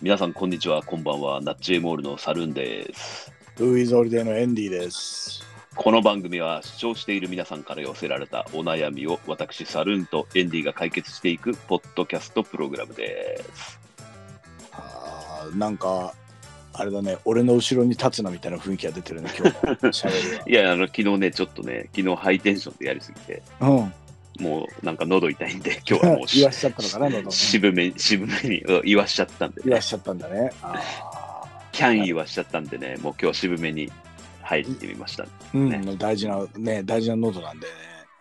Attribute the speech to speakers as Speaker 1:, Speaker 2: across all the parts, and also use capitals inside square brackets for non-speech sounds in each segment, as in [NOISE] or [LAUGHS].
Speaker 1: 皆さん、こんにちは、こんばんは。ナッチエモールのサルーンです。
Speaker 2: ルイズオリデーのエンディです。
Speaker 1: この番組は視聴している皆さんから寄せられたお悩みを私、サルーンとエンディが解決していくポッドキャストプログラムです。
Speaker 2: あーなんか、あれだね、俺の後ろに立つなみたいな雰囲気が出てるね、今日の
Speaker 1: [LAUGHS]
Speaker 2: 喋
Speaker 1: いや、あの、昨日ね、ちょっとね、昨日ハイテンションでやりすぎて、 [LAUGHS]
Speaker 2: りは。うん。
Speaker 1: もうなんか喉痛いん
Speaker 2: [LAUGHS]
Speaker 1: で、今日はもうし
Speaker 2: 言わしちゃったのかな、喉。
Speaker 1: 渋め、渋めに [LAUGHS] うん言わしちゃったんで、
Speaker 2: 言わ
Speaker 1: ね、
Speaker 2: しちゃったんだね。あ
Speaker 1: キャン言わしちゃったんでね、もう今日渋めに入ってみました。
Speaker 2: ーうん、
Speaker 1: ね
Speaker 2: 大事な、ね、大事な喉なんでね、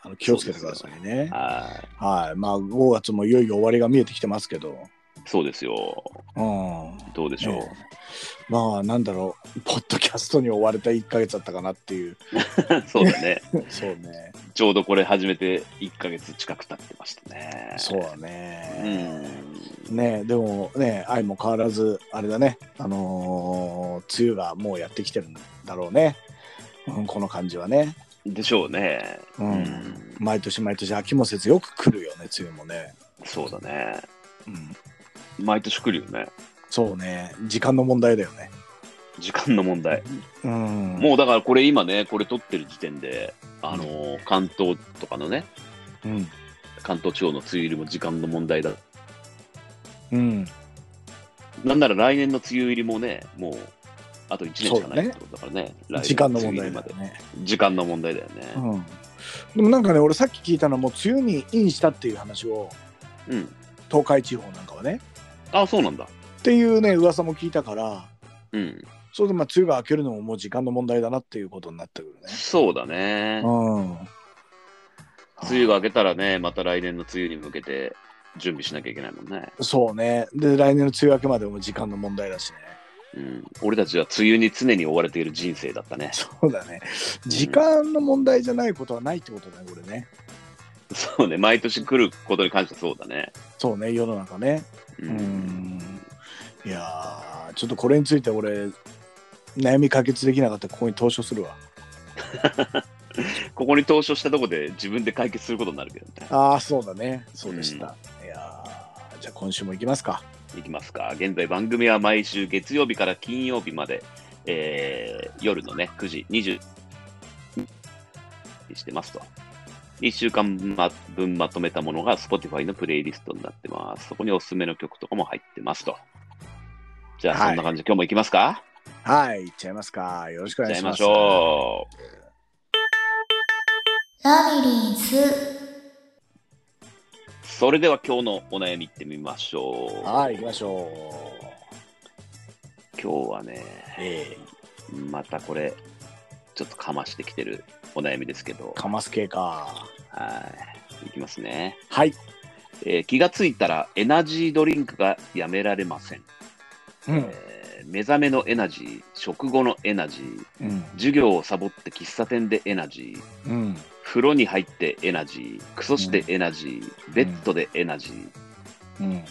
Speaker 2: あの気をつけてくださいね。
Speaker 1: はい。
Speaker 2: はい。まあ、5月もいよいよ終わりが見えてきてますけど、
Speaker 1: そうですよ。
Speaker 2: うん。
Speaker 1: どうでしょう。
Speaker 2: ねまあ、なんだろう、ポッドキャストに追われた1ヶ月だったかなって
Speaker 1: [LAUGHS]
Speaker 2: いう。
Speaker 1: そうだね。
Speaker 2: そうね。
Speaker 1: ちょうどこれ始めて1ヶ月近く経ってましたね。
Speaker 2: そうだ
Speaker 1: う
Speaker 2: ね。
Speaker 1: ん。
Speaker 2: ねでもね愛も変わらずあれだねあのー梅雨がもうやってきてるんだろうね、うん、この感じはね、
Speaker 1: でしょうね。
Speaker 2: う
Speaker 1: うんん。
Speaker 2: 毎年毎年秋もせずよく来るよね梅雨もね、
Speaker 1: そうだね。
Speaker 2: うん、
Speaker 1: 毎年来るよね。
Speaker 2: そうね時間の問題だよね
Speaker 1: 時間の問題。
Speaker 2: うん
Speaker 1: もうだからこれ今ね、これ撮ってる時点で、あのー関東とかのね、
Speaker 2: ううん、
Speaker 1: 関東地方の梅雨入りも時間の問題だ。
Speaker 2: うん、
Speaker 1: なんなら来年の梅雨入りもね、もうあと1年しかないってことだからね。来年
Speaker 2: 時間の問
Speaker 1: 梅
Speaker 2: 題
Speaker 1: 雨
Speaker 2: だ
Speaker 1: 入り
Speaker 2: よね、
Speaker 1: まで。時間の問題だよね。
Speaker 2: うん、でもなんかね俺さっき聞いたのはもう梅雨にインしたっていう話を
Speaker 1: うん。
Speaker 2: 東海地方なんかはね
Speaker 1: あ、そうなんだ。
Speaker 2: っていうね噂も聞いたから
Speaker 1: うん。
Speaker 2: それでまあ梅雨が明けるのももう時間の問題だなっていうことになってくるね
Speaker 1: そうだね。
Speaker 2: うん。
Speaker 1: 梅雨が明けたらね、また来年の梅雨に向けて準備しなきゃいけないもんね。
Speaker 2: そうね。で、来年の梅雨明けまでも時間の問題だしね。 [LAUGHS]
Speaker 1: うん、俺たちは梅雨に常に追われている人生だったね。 [LAUGHS]
Speaker 2: そうだね。時間の問題じゃないことはないってことだね、これね。
Speaker 1: そうね、毎年来ることに関してはそうだね。
Speaker 2: そうね、世の中ね。
Speaker 1: う
Speaker 2: うんん。いやー、ちょっとこれについて俺、悩み解決できなかったらここに投書するわ。
Speaker 1: ここに投書したとこで自分で解決することになるけどね。
Speaker 2: ああ、そうだね。そうでした。いやー、じゃあ今週も行きますか。
Speaker 1: いきますか。現在番組は毎週月曜日から金曜日まで、えー夜のね、9時20にしてますと。1週間分まとめたものが Spotify のプレイリストになってます。そこにおすすめの曲とかも入ってますと。じゃあ、
Speaker 2: はい
Speaker 1: そんな感じで、今日も行きますか
Speaker 2: はい、行っちゃいますか。よろしくお願い
Speaker 1: じゃあ、行きます
Speaker 2: しま。
Speaker 1: しょう。
Speaker 3: ラビリンス
Speaker 1: それでは今日のお悩みいってみましょう。
Speaker 2: はい、行きましょう。
Speaker 1: 今日はね、
Speaker 2: え
Speaker 1: またこれ、ちょっとかましてきてるお悩みですけど
Speaker 2: ー、、かます系か。
Speaker 1: はい。いきますね、
Speaker 2: はい。
Speaker 1: えー気がついたらエナジードリンクがやめられません。
Speaker 2: うん。
Speaker 1: えー目覚めのエナジー、食後のエナジー、
Speaker 2: うん。
Speaker 1: 授業をサボって喫茶店でエナジー、
Speaker 2: うん。
Speaker 1: 風呂に入ってエナジー、クソしてエナジー、ベッドでエナジー、
Speaker 2: うん。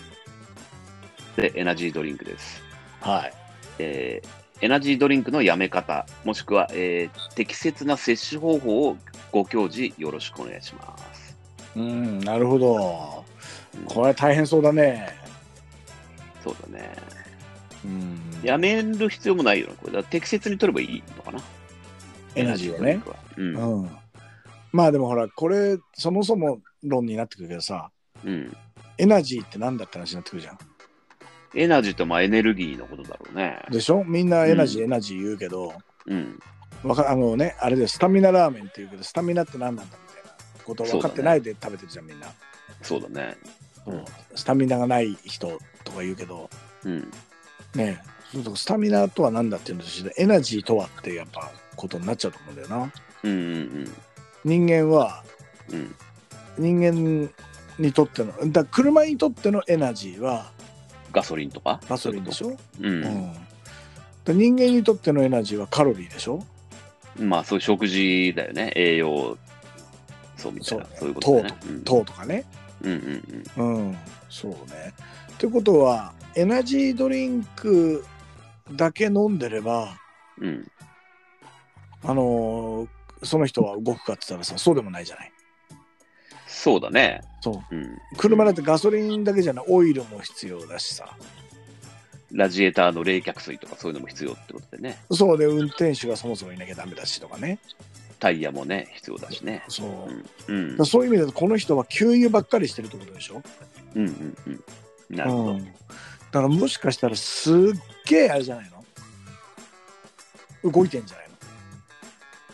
Speaker 1: でエナジードリンクです。
Speaker 2: はい。
Speaker 1: えーエナジードリンクのやめ方、もしくは、えー適切な摂取方法をご教示よろしくお願いします。
Speaker 2: うん、なるほど。
Speaker 1: うん
Speaker 2: これは大変そうだね。
Speaker 1: そうだね。
Speaker 2: うん。
Speaker 1: やめる必要もないよな、これ。だから適切に取ればいいのかな。
Speaker 2: エナジーを
Speaker 1: エナ
Speaker 2: ね。
Speaker 1: ドリンクは。
Speaker 2: うん。まあでもほら、これ、そもそも論になってくるけどさ、
Speaker 1: うん。うん。
Speaker 2: エナジーってなんだって話になってくるじゃん。
Speaker 1: エナジーとまあエネルギーのことだろうね。
Speaker 2: でしょみんなエナジー、
Speaker 1: う
Speaker 2: エナジー言うけど、
Speaker 1: うん。
Speaker 2: わかあのね、あれでスタミナラーメンって言うけど、スタミナって何なんだみたいなこと分かってないで食べてるじゃん、みんな。
Speaker 1: そうだね。うん
Speaker 2: スタミナがない人とか言うけど、
Speaker 1: うん。
Speaker 2: ねそうそうスタミナとは何だっていうのと一緒でエナジーとはってやっぱことになっちゃうと思うんだよな
Speaker 1: うんうん
Speaker 2: 人間は
Speaker 1: うん。うん。
Speaker 2: 人間にとってのだ車にとってのエナジーは
Speaker 1: ガソリンとか
Speaker 2: ガソリンでし
Speaker 1: ょ
Speaker 2: ょ、
Speaker 1: う。
Speaker 2: うんんで人間にとってのエナジーはカロリーでしょ
Speaker 1: まあそういう食事だよね。栄養、そうみたいな。
Speaker 2: そうね
Speaker 1: そういうことだよね。うん
Speaker 2: 糖とかね
Speaker 1: うんうんうん。
Speaker 2: うんそうねってことはエナジードリンクだけ飲んでれば
Speaker 1: うん。
Speaker 2: あのーその人は動くかって言ったらさそうでもないじゃない
Speaker 1: そうだね。
Speaker 2: そう
Speaker 1: うん。
Speaker 2: 車だってガソリンだけじゃないオイルも必要だしさ
Speaker 1: ラジエーターの冷却水とかそういうのも必要ってことでね、
Speaker 2: そうで、運転手がそもそもいなきゃダメだしとかね。
Speaker 1: タイヤもね、必要だしね。
Speaker 2: そう。だ
Speaker 1: う
Speaker 2: か
Speaker 1: ん、うん
Speaker 2: ら、そういう意味だと、この人は給油ばっかりしてるってことでしょ。
Speaker 1: うん、うん、うん。なるほど。
Speaker 2: うんだから、もしかしたら、すっげえあれじゃないの動いてんじゃないの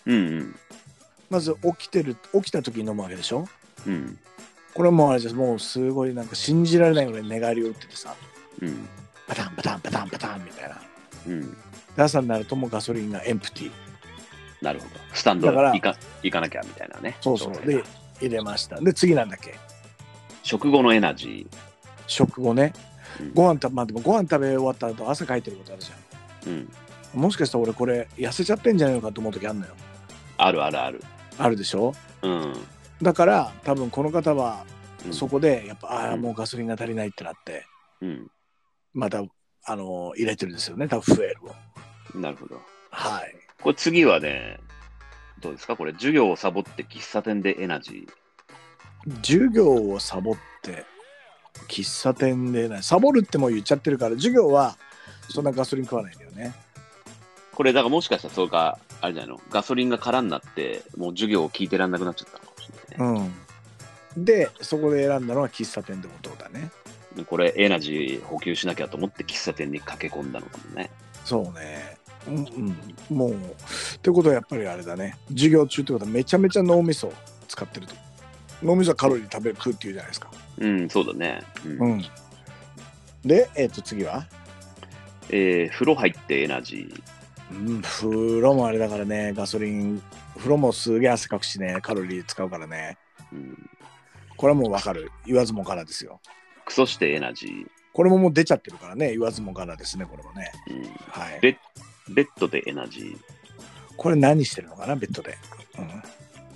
Speaker 1: うん、うん、
Speaker 2: まず起きてる、起きた時に飲むわけでしょ。
Speaker 1: うん、
Speaker 2: これはもうあれじゃん、もうすごいなんか信じられないぐらい寝返りを打っててさ、
Speaker 1: うん、
Speaker 2: パタンパタンパタンパタンみたいな。
Speaker 1: うん。
Speaker 2: で朝になるともうガソリンがエンプティー。
Speaker 1: なるほど。スタンド
Speaker 2: だから
Speaker 1: 行か行かなきゃみたいなね。
Speaker 2: そうそう
Speaker 1: 状。態だ
Speaker 2: で、入れました。で、次なんだっけ
Speaker 1: 食後のエナジ
Speaker 2: 食後ね
Speaker 1: うん。
Speaker 2: ご飯た、まあでもご飯食べ終わった後汗かいてることあるじゃ
Speaker 1: ー、うん、
Speaker 2: ん。もしかしたら俺これ痩せちゃってんじゃないのかと思う時あるのよ。
Speaker 1: あるあるある。
Speaker 2: あるでしょ
Speaker 1: うんうん。
Speaker 2: だから多分この方はそこでやっぱ、ああもうガソリンが足りないってなって、
Speaker 1: うん、
Speaker 2: また、あの入れてるんですよね、多分フエルを。
Speaker 1: なるほど。
Speaker 2: はい。
Speaker 1: これ次はね、どうですかこれ、授業をサボって喫茶店でエナジ
Speaker 2: 授業をサボって喫茶店でないサボるってもう言っちゃってるから授業はそんなガソリン食わないんだよね
Speaker 1: ー。これ、だからもしかしたらそうか、あれじゃないの、ガソリンが空になって、もう授業を聞いてらんなくなっちゃったのかもしれない、ね
Speaker 2: うんでそこで選んだのは喫茶店ってことだね
Speaker 1: でこれ、エナジー補給しなきゃと思って喫茶店に駆け込んだのかもね。
Speaker 2: そうねうん、うん、もうってことはやっぱりあれだね授業中ってことはめちゃめちゃ脳みそを使ってると脳みそはカロリー食べる食うっていうじゃないですか
Speaker 1: うん、そうだね。うん
Speaker 2: うんでえっ、と次は
Speaker 1: えー風呂入ってエナジー。
Speaker 2: うん風呂もあれだからねガソリン風呂もすげえ汗かくしねカロリー使うからね
Speaker 1: うん、
Speaker 2: これはもうわかる。言わずもがなですよ。
Speaker 1: クソしてエナジー。
Speaker 2: これももう出ちゃってるからね。言わずもがなですね、これもね。
Speaker 1: うん
Speaker 2: はい。
Speaker 1: でベッドでエナジー。
Speaker 2: これ何してるのかな、ベッドで。うん。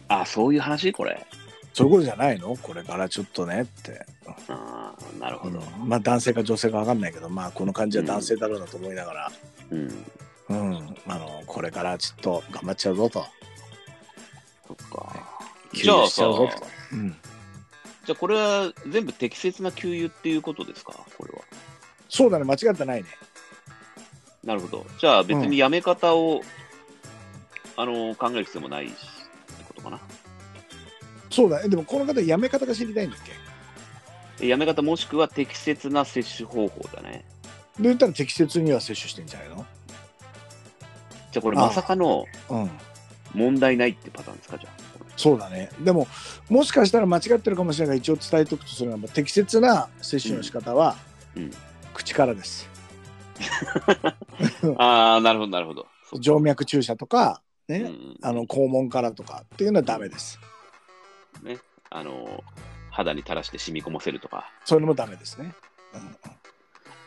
Speaker 1: あ、そういう話これ。
Speaker 2: そういうことじゃないのこれからちょっとねって。
Speaker 1: あーなる
Speaker 2: う
Speaker 1: ほ
Speaker 2: ん
Speaker 1: ど。
Speaker 2: まあ男性か女性かわかんないけど、まあこの感じは男性だろうなと思いながら、
Speaker 1: うん。
Speaker 2: うん、あの、これからちょっと頑張っちゃうぞと。
Speaker 1: そっか。
Speaker 2: 給
Speaker 1: じゃ
Speaker 2: 油
Speaker 1: あ
Speaker 2: し
Speaker 1: さ
Speaker 2: ちゃうぞと。うん。
Speaker 1: じゃあこれは全部適切な給油っていうことですかこれは。
Speaker 2: そうだね、間違ってないね。
Speaker 1: なるほど。じゃあ別
Speaker 2: うん
Speaker 1: にやめ方を、あの考える必要もないしってことかな。
Speaker 2: そうだね。でもこの方、やめ方が知りたいんだっけ
Speaker 1: えやめ方もしくは適切な摂取方法だね。
Speaker 2: で言ったら適切には摂取してんじゃないの
Speaker 1: じゃあこれ
Speaker 2: ああ
Speaker 1: まさかの
Speaker 2: うん。
Speaker 1: 問題ないってパターンですかじゃあ。
Speaker 2: そうだね。でも、もしかしたら間違ってるかもしれないが、一応伝えておくとすれば、適切な摂取の仕方は、
Speaker 1: うんうん
Speaker 2: 口からです。
Speaker 1: ああ、なるほど、なるほど。そっか
Speaker 2: 静脈注射とか、ね
Speaker 1: うんうん
Speaker 2: あの肛門からとかっていうのはダメです。
Speaker 1: あの肌に垂らして染み込ませるとか、
Speaker 2: そういうのもダメですね。うん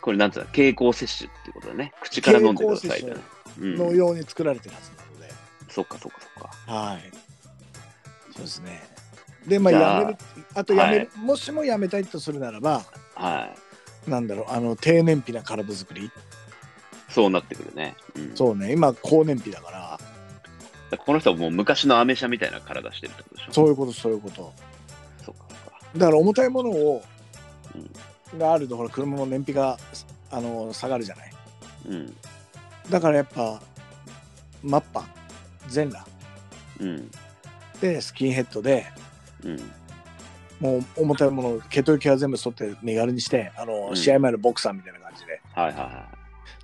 Speaker 1: これなんつうの、経口摂取っていうことだね。口から飲んでくださいみたいな。
Speaker 2: の
Speaker 1: うん、
Speaker 2: ように作られてるはずなので、
Speaker 1: そっかそっかそっか。
Speaker 2: はい。そうですね。で、まあ、
Speaker 1: じゃあ
Speaker 2: やめる、あとやめる、
Speaker 1: は
Speaker 2: もしもやめたいとするならば、
Speaker 1: はい。
Speaker 2: なんだろう、あの低燃費な体作り、
Speaker 1: そうなってくるね。うん、
Speaker 2: そうね、今、高燃費だから、
Speaker 1: だからこの人はもう昔のアメ車みたいな体してるってことでしょ。
Speaker 2: そういうこと、そういうこと。
Speaker 1: そっかそっか。
Speaker 2: だから重たいものを、があるとほら車の燃費があの下がるじゃない
Speaker 1: うん。
Speaker 2: だからやっぱマッパ全裸
Speaker 1: うん。
Speaker 2: でスキンヘッドで
Speaker 1: うん。
Speaker 2: もう重たいもの毛と毛は全部剃って身軽にしてあの、
Speaker 1: うん
Speaker 2: 試合前のボクサーみたいな感じで
Speaker 1: はいはいは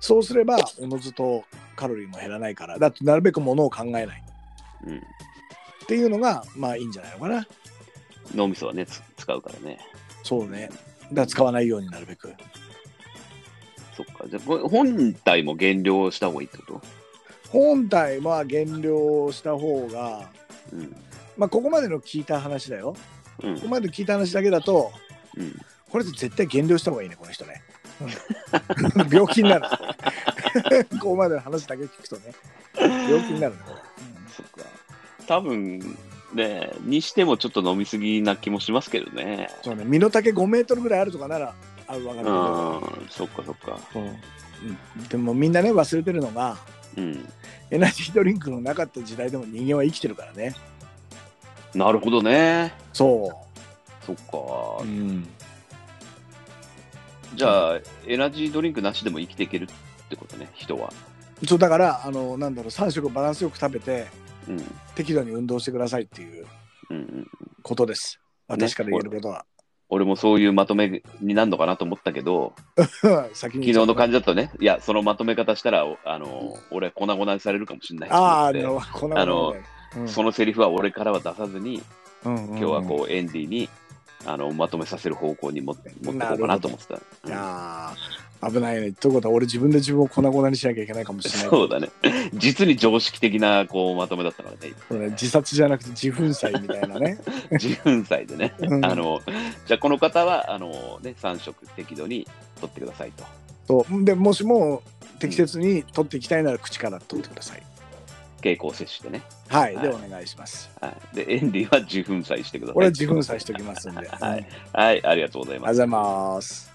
Speaker 2: そうすればおのずとカロリーも減らないからだってなるべくものを考えない
Speaker 1: い。うん。
Speaker 2: っていうのがまあいいんじゃないのかな
Speaker 1: 脳みそはね、つ使うからね。
Speaker 2: そうねだから使わないようになるべく
Speaker 1: そっか。じゃあ、これ本体も減量した方がいいってこと
Speaker 2: 本体は減量した方が
Speaker 1: うん。
Speaker 2: まあここまでの聞いた話だよ
Speaker 1: うん
Speaker 2: ここ。まで聞いた話だけだと、
Speaker 1: うん。
Speaker 2: これ絶対減量した方がいいね、この人ね。うん [LAUGHS] 病気になる。ここまでの話だけ聞くとね、病気になるね、これ。
Speaker 1: そっか。多分ね、にしてもちょっと飲みすぎな気もしますけどね。
Speaker 2: そうね、身の丈5メートルぐらいあるとかなら、あるわか
Speaker 1: う
Speaker 2: る
Speaker 1: ん
Speaker 2: けど、、
Speaker 1: そっかそっか。
Speaker 2: うんでもみんなね、忘れてるのが、
Speaker 1: うん。
Speaker 2: エナジードリンクのなかった時代でも人間は生きてるからね。
Speaker 1: なるほどね。
Speaker 2: そ
Speaker 1: そっ
Speaker 2: う。
Speaker 1: か。
Speaker 2: ん、
Speaker 1: じゃあ、エナジードリンクなしでも生きていけるってことね、人は。
Speaker 2: そうだからあのなんだろう3食バランスよく食べて
Speaker 1: うん。
Speaker 2: 適度に運動してくださいっていう
Speaker 1: うんうん、
Speaker 2: ことです私から言えることは、 [LAUGHS]
Speaker 1: 俺もそういうまとめになるのかなと思ったけど、
Speaker 2: 先
Speaker 1: 昨
Speaker 2: に
Speaker 1: 日の感じだとね、いや、そのまとめ方したら、おあの、俺、粉々にされるかもしれないと
Speaker 2: ああな
Speaker 1: 思って
Speaker 2: るほどこんなことねうん
Speaker 1: そのセリフは俺からは出さずに、
Speaker 2: うんうんう
Speaker 1: 今
Speaker 2: ん
Speaker 1: 日はこう、エンディに、あの、まとめさせる方向にも持っていこうかなと思ってた。
Speaker 2: いやー危ないね。ということは、俺自分で自分を粉々にしなきゃいけないかもしれない。
Speaker 1: そうだね。実に常識的な、こう、まとめだったからね。
Speaker 2: [LAUGHS] これね自殺じゃなくて自粉砕みたい
Speaker 1: [LAUGHS]
Speaker 2: なね。
Speaker 1: 自分歳でね。
Speaker 2: うん
Speaker 1: あの、じゃあこの方は、あのね、3食適度に取ってくださいと。
Speaker 2: そうでもしも適切に取っていきたいなら口から取ってください。
Speaker 1: 経口摂取でね。
Speaker 2: はい、
Speaker 1: はい
Speaker 2: でお願いします。
Speaker 1: はい。で、エンディは自分歳してください。
Speaker 2: 俺は自粉砕しておきますんで。
Speaker 1: は
Speaker 2: うん
Speaker 1: い。はい、ありがとうござい
Speaker 2: ありがとうご
Speaker 1: ます。
Speaker 2: ざいます。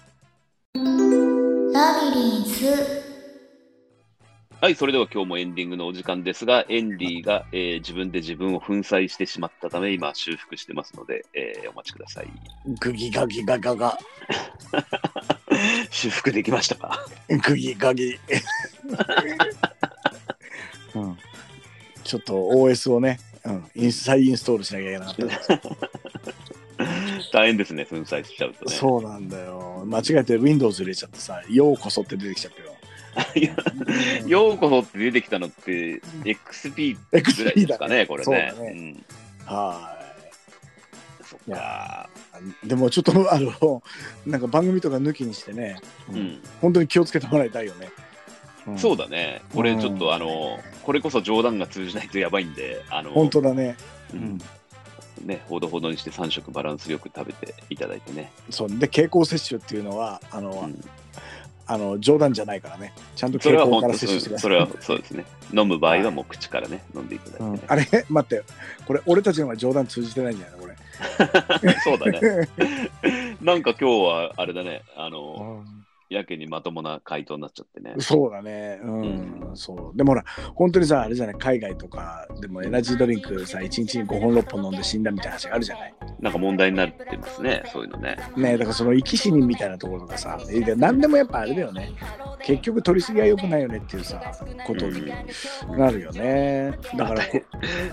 Speaker 3: ラビリンス
Speaker 1: はい、それでは今日もエンディングのお時間ですが、エンディが、えー自分で自分を粉砕してしまったため、今、修復してますので、えーお待ちください。 [LAUGHS]
Speaker 2: グギガギガガガ、
Speaker 1: 修復できましたか [LAUGHS]
Speaker 2: グギガギ。うん、ちょっと OS をね、うん、イン再インストールしなきゃいけなかったね。
Speaker 1: 大変ですね、粉砕しちゃうとね。
Speaker 2: そうなんだよ。間違えて Windows 入れちゃってさ、ようこそって出てきちゃったよ。
Speaker 1: いや [LAUGHS] ようこそって出てきたのって、XP ぐらいですか
Speaker 2: XP だ
Speaker 1: ね、
Speaker 2: ね
Speaker 1: これ
Speaker 2: そう
Speaker 1: ね
Speaker 2: だ。ね
Speaker 1: ん
Speaker 2: は
Speaker 1: そっ
Speaker 2: い
Speaker 1: か。
Speaker 2: い。でもちょっとあのなんか番組とか抜きにしてね、
Speaker 1: うん、
Speaker 2: 本当に気をつけてもらいたいよね。うん
Speaker 1: そうだね、これちょっ
Speaker 2: うん
Speaker 1: とあの、これこそ冗談が通じないとやばいんで、あの
Speaker 2: 本当だね。
Speaker 1: う
Speaker 2: うんん。
Speaker 1: ね、ほどほどにして3食バランスよく食べていただいてね、
Speaker 2: そうで経口摂取っていうのはあの、
Speaker 1: うん
Speaker 2: あの冗談じゃないからね。ちゃんと
Speaker 1: そ
Speaker 2: 経
Speaker 1: れは
Speaker 2: 口
Speaker 1: 本
Speaker 2: か
Speaker 1: 当
Speaker 2: ら
Speaker 1: に、
Speaker 2: 摂取してく
Speaker 1: うん
Speaker 2: だ
Speaker 1: そ
Speaker 2: さい。
Speaker 1: れはそうですね、飲む場合はもう口からね、飲んでいた [LAUGHS] だいて
Speaker 2: うん
Speaker 1: ね、
Speaker 2: あれ待ってこれ俺たちの方が冗談通じてないんじゃないこれ。
Speaker 1: そうだ
Speaker 2: [LAUGHS]
Speaker 1: ね、なんか今日はあれだね、あの、やけにまともな回答になっちゃってね、
Speaker 2: そうだね、うん、そう。でもほら、本当にさ、あれじゃない、海外とかでもエナジードリンクさ、1日に5本、6本飲んで死んだみたいな話があるじゃない。
Speaker 1: なんか問題になってますね、そういうのね。
Speaker 2: ねだからその生き死にみたいなところがさ、えで何でもやっぱあれだよね。結局取りすぎは良くないよねっていうさ、ことになるよね。だからこ、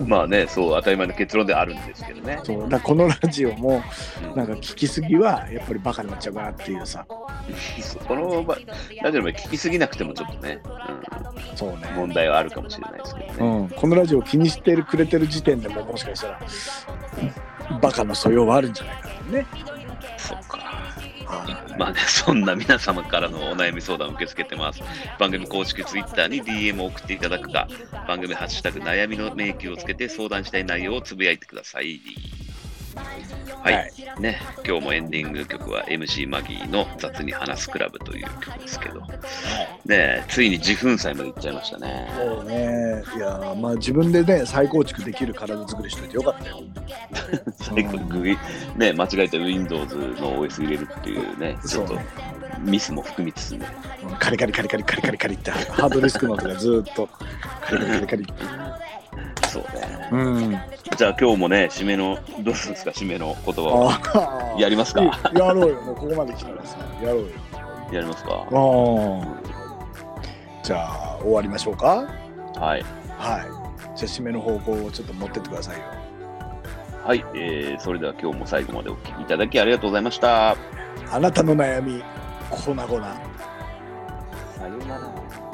Speaker 1: まあね、そう、当たり前の結論ではあるんですけどね。
Speaker 2: そうだからこのラジオも、
Speaker 1: うん
Speaker 2: なんか聞きすぎはやっぱりバカになっちゃうかなっていうさ、
Speaker 1: この場ラジオも聞きすぎなくてもちょっとね、
Speaker 2: そうね
Speaker 1: うん、。問題はあるかもしれないですけどね。
Speaker 2: うん、このラジオを気にしてるくれてる時点でももしかしたらバカの素養はあるんじゃないかなね。
Speaker 1: そうか。
Speaker 2: はい
Speaker 1: [LAUGHS] まあね、そんな皆様からのお悩み相談を受け付けてます。番組公式 Twitter に DM を送っていただくか、番組ハッシュタグ悩みの迷宮をつけて相談したい内容をつぶやいてください。はい、
Speaker 2: はい
Speaker 1: ね、今日もエンディング曲は MC マギーの「雑に話すクラブ」という曲ですけど、ね、ついに自粉祭まで行っちゃいましたね。
Speaker 2: そうね、いやーまあ自分でね再構築できる体作りしといてよかったよ。
Speaker 1: 最後にグイ、 [LAUGHS] ね、間違えて Windows の OS 入れるっていうね、ちょっ
Speaker 2: そ
Speaker 1: と
Speaker 2: うね
Speaker 1: ミスも含みつつね、
Speaker 2: うんカリカリカリカリカリカリカリってハードディスクの音がずーっとカリカリカリカリって。
Speaker 1: そうね。
Speaker 2: うん。あ
Speaker 1: じゃあ今日もね、締めの、どうするんですか、締めの言葉を
Speaker 2: あ
Speaker 1: やりますか
Speaker 2: いやろうよもうここまで来たらさやろう
Speaker 1: やりますか。
Speaker 2: よ。じゃあ終わりましょうか。はい。
Speaker 1: はい。
Speaker 2: じゃあ締めの方向をちょっと持ってってくださいよ。
Speaker 1: はい、えー、それでは今日も最後までお聞きいただきありがとうございました。
Speaker 2: あなたの悩み粉々。
Speaker 1: さようなら。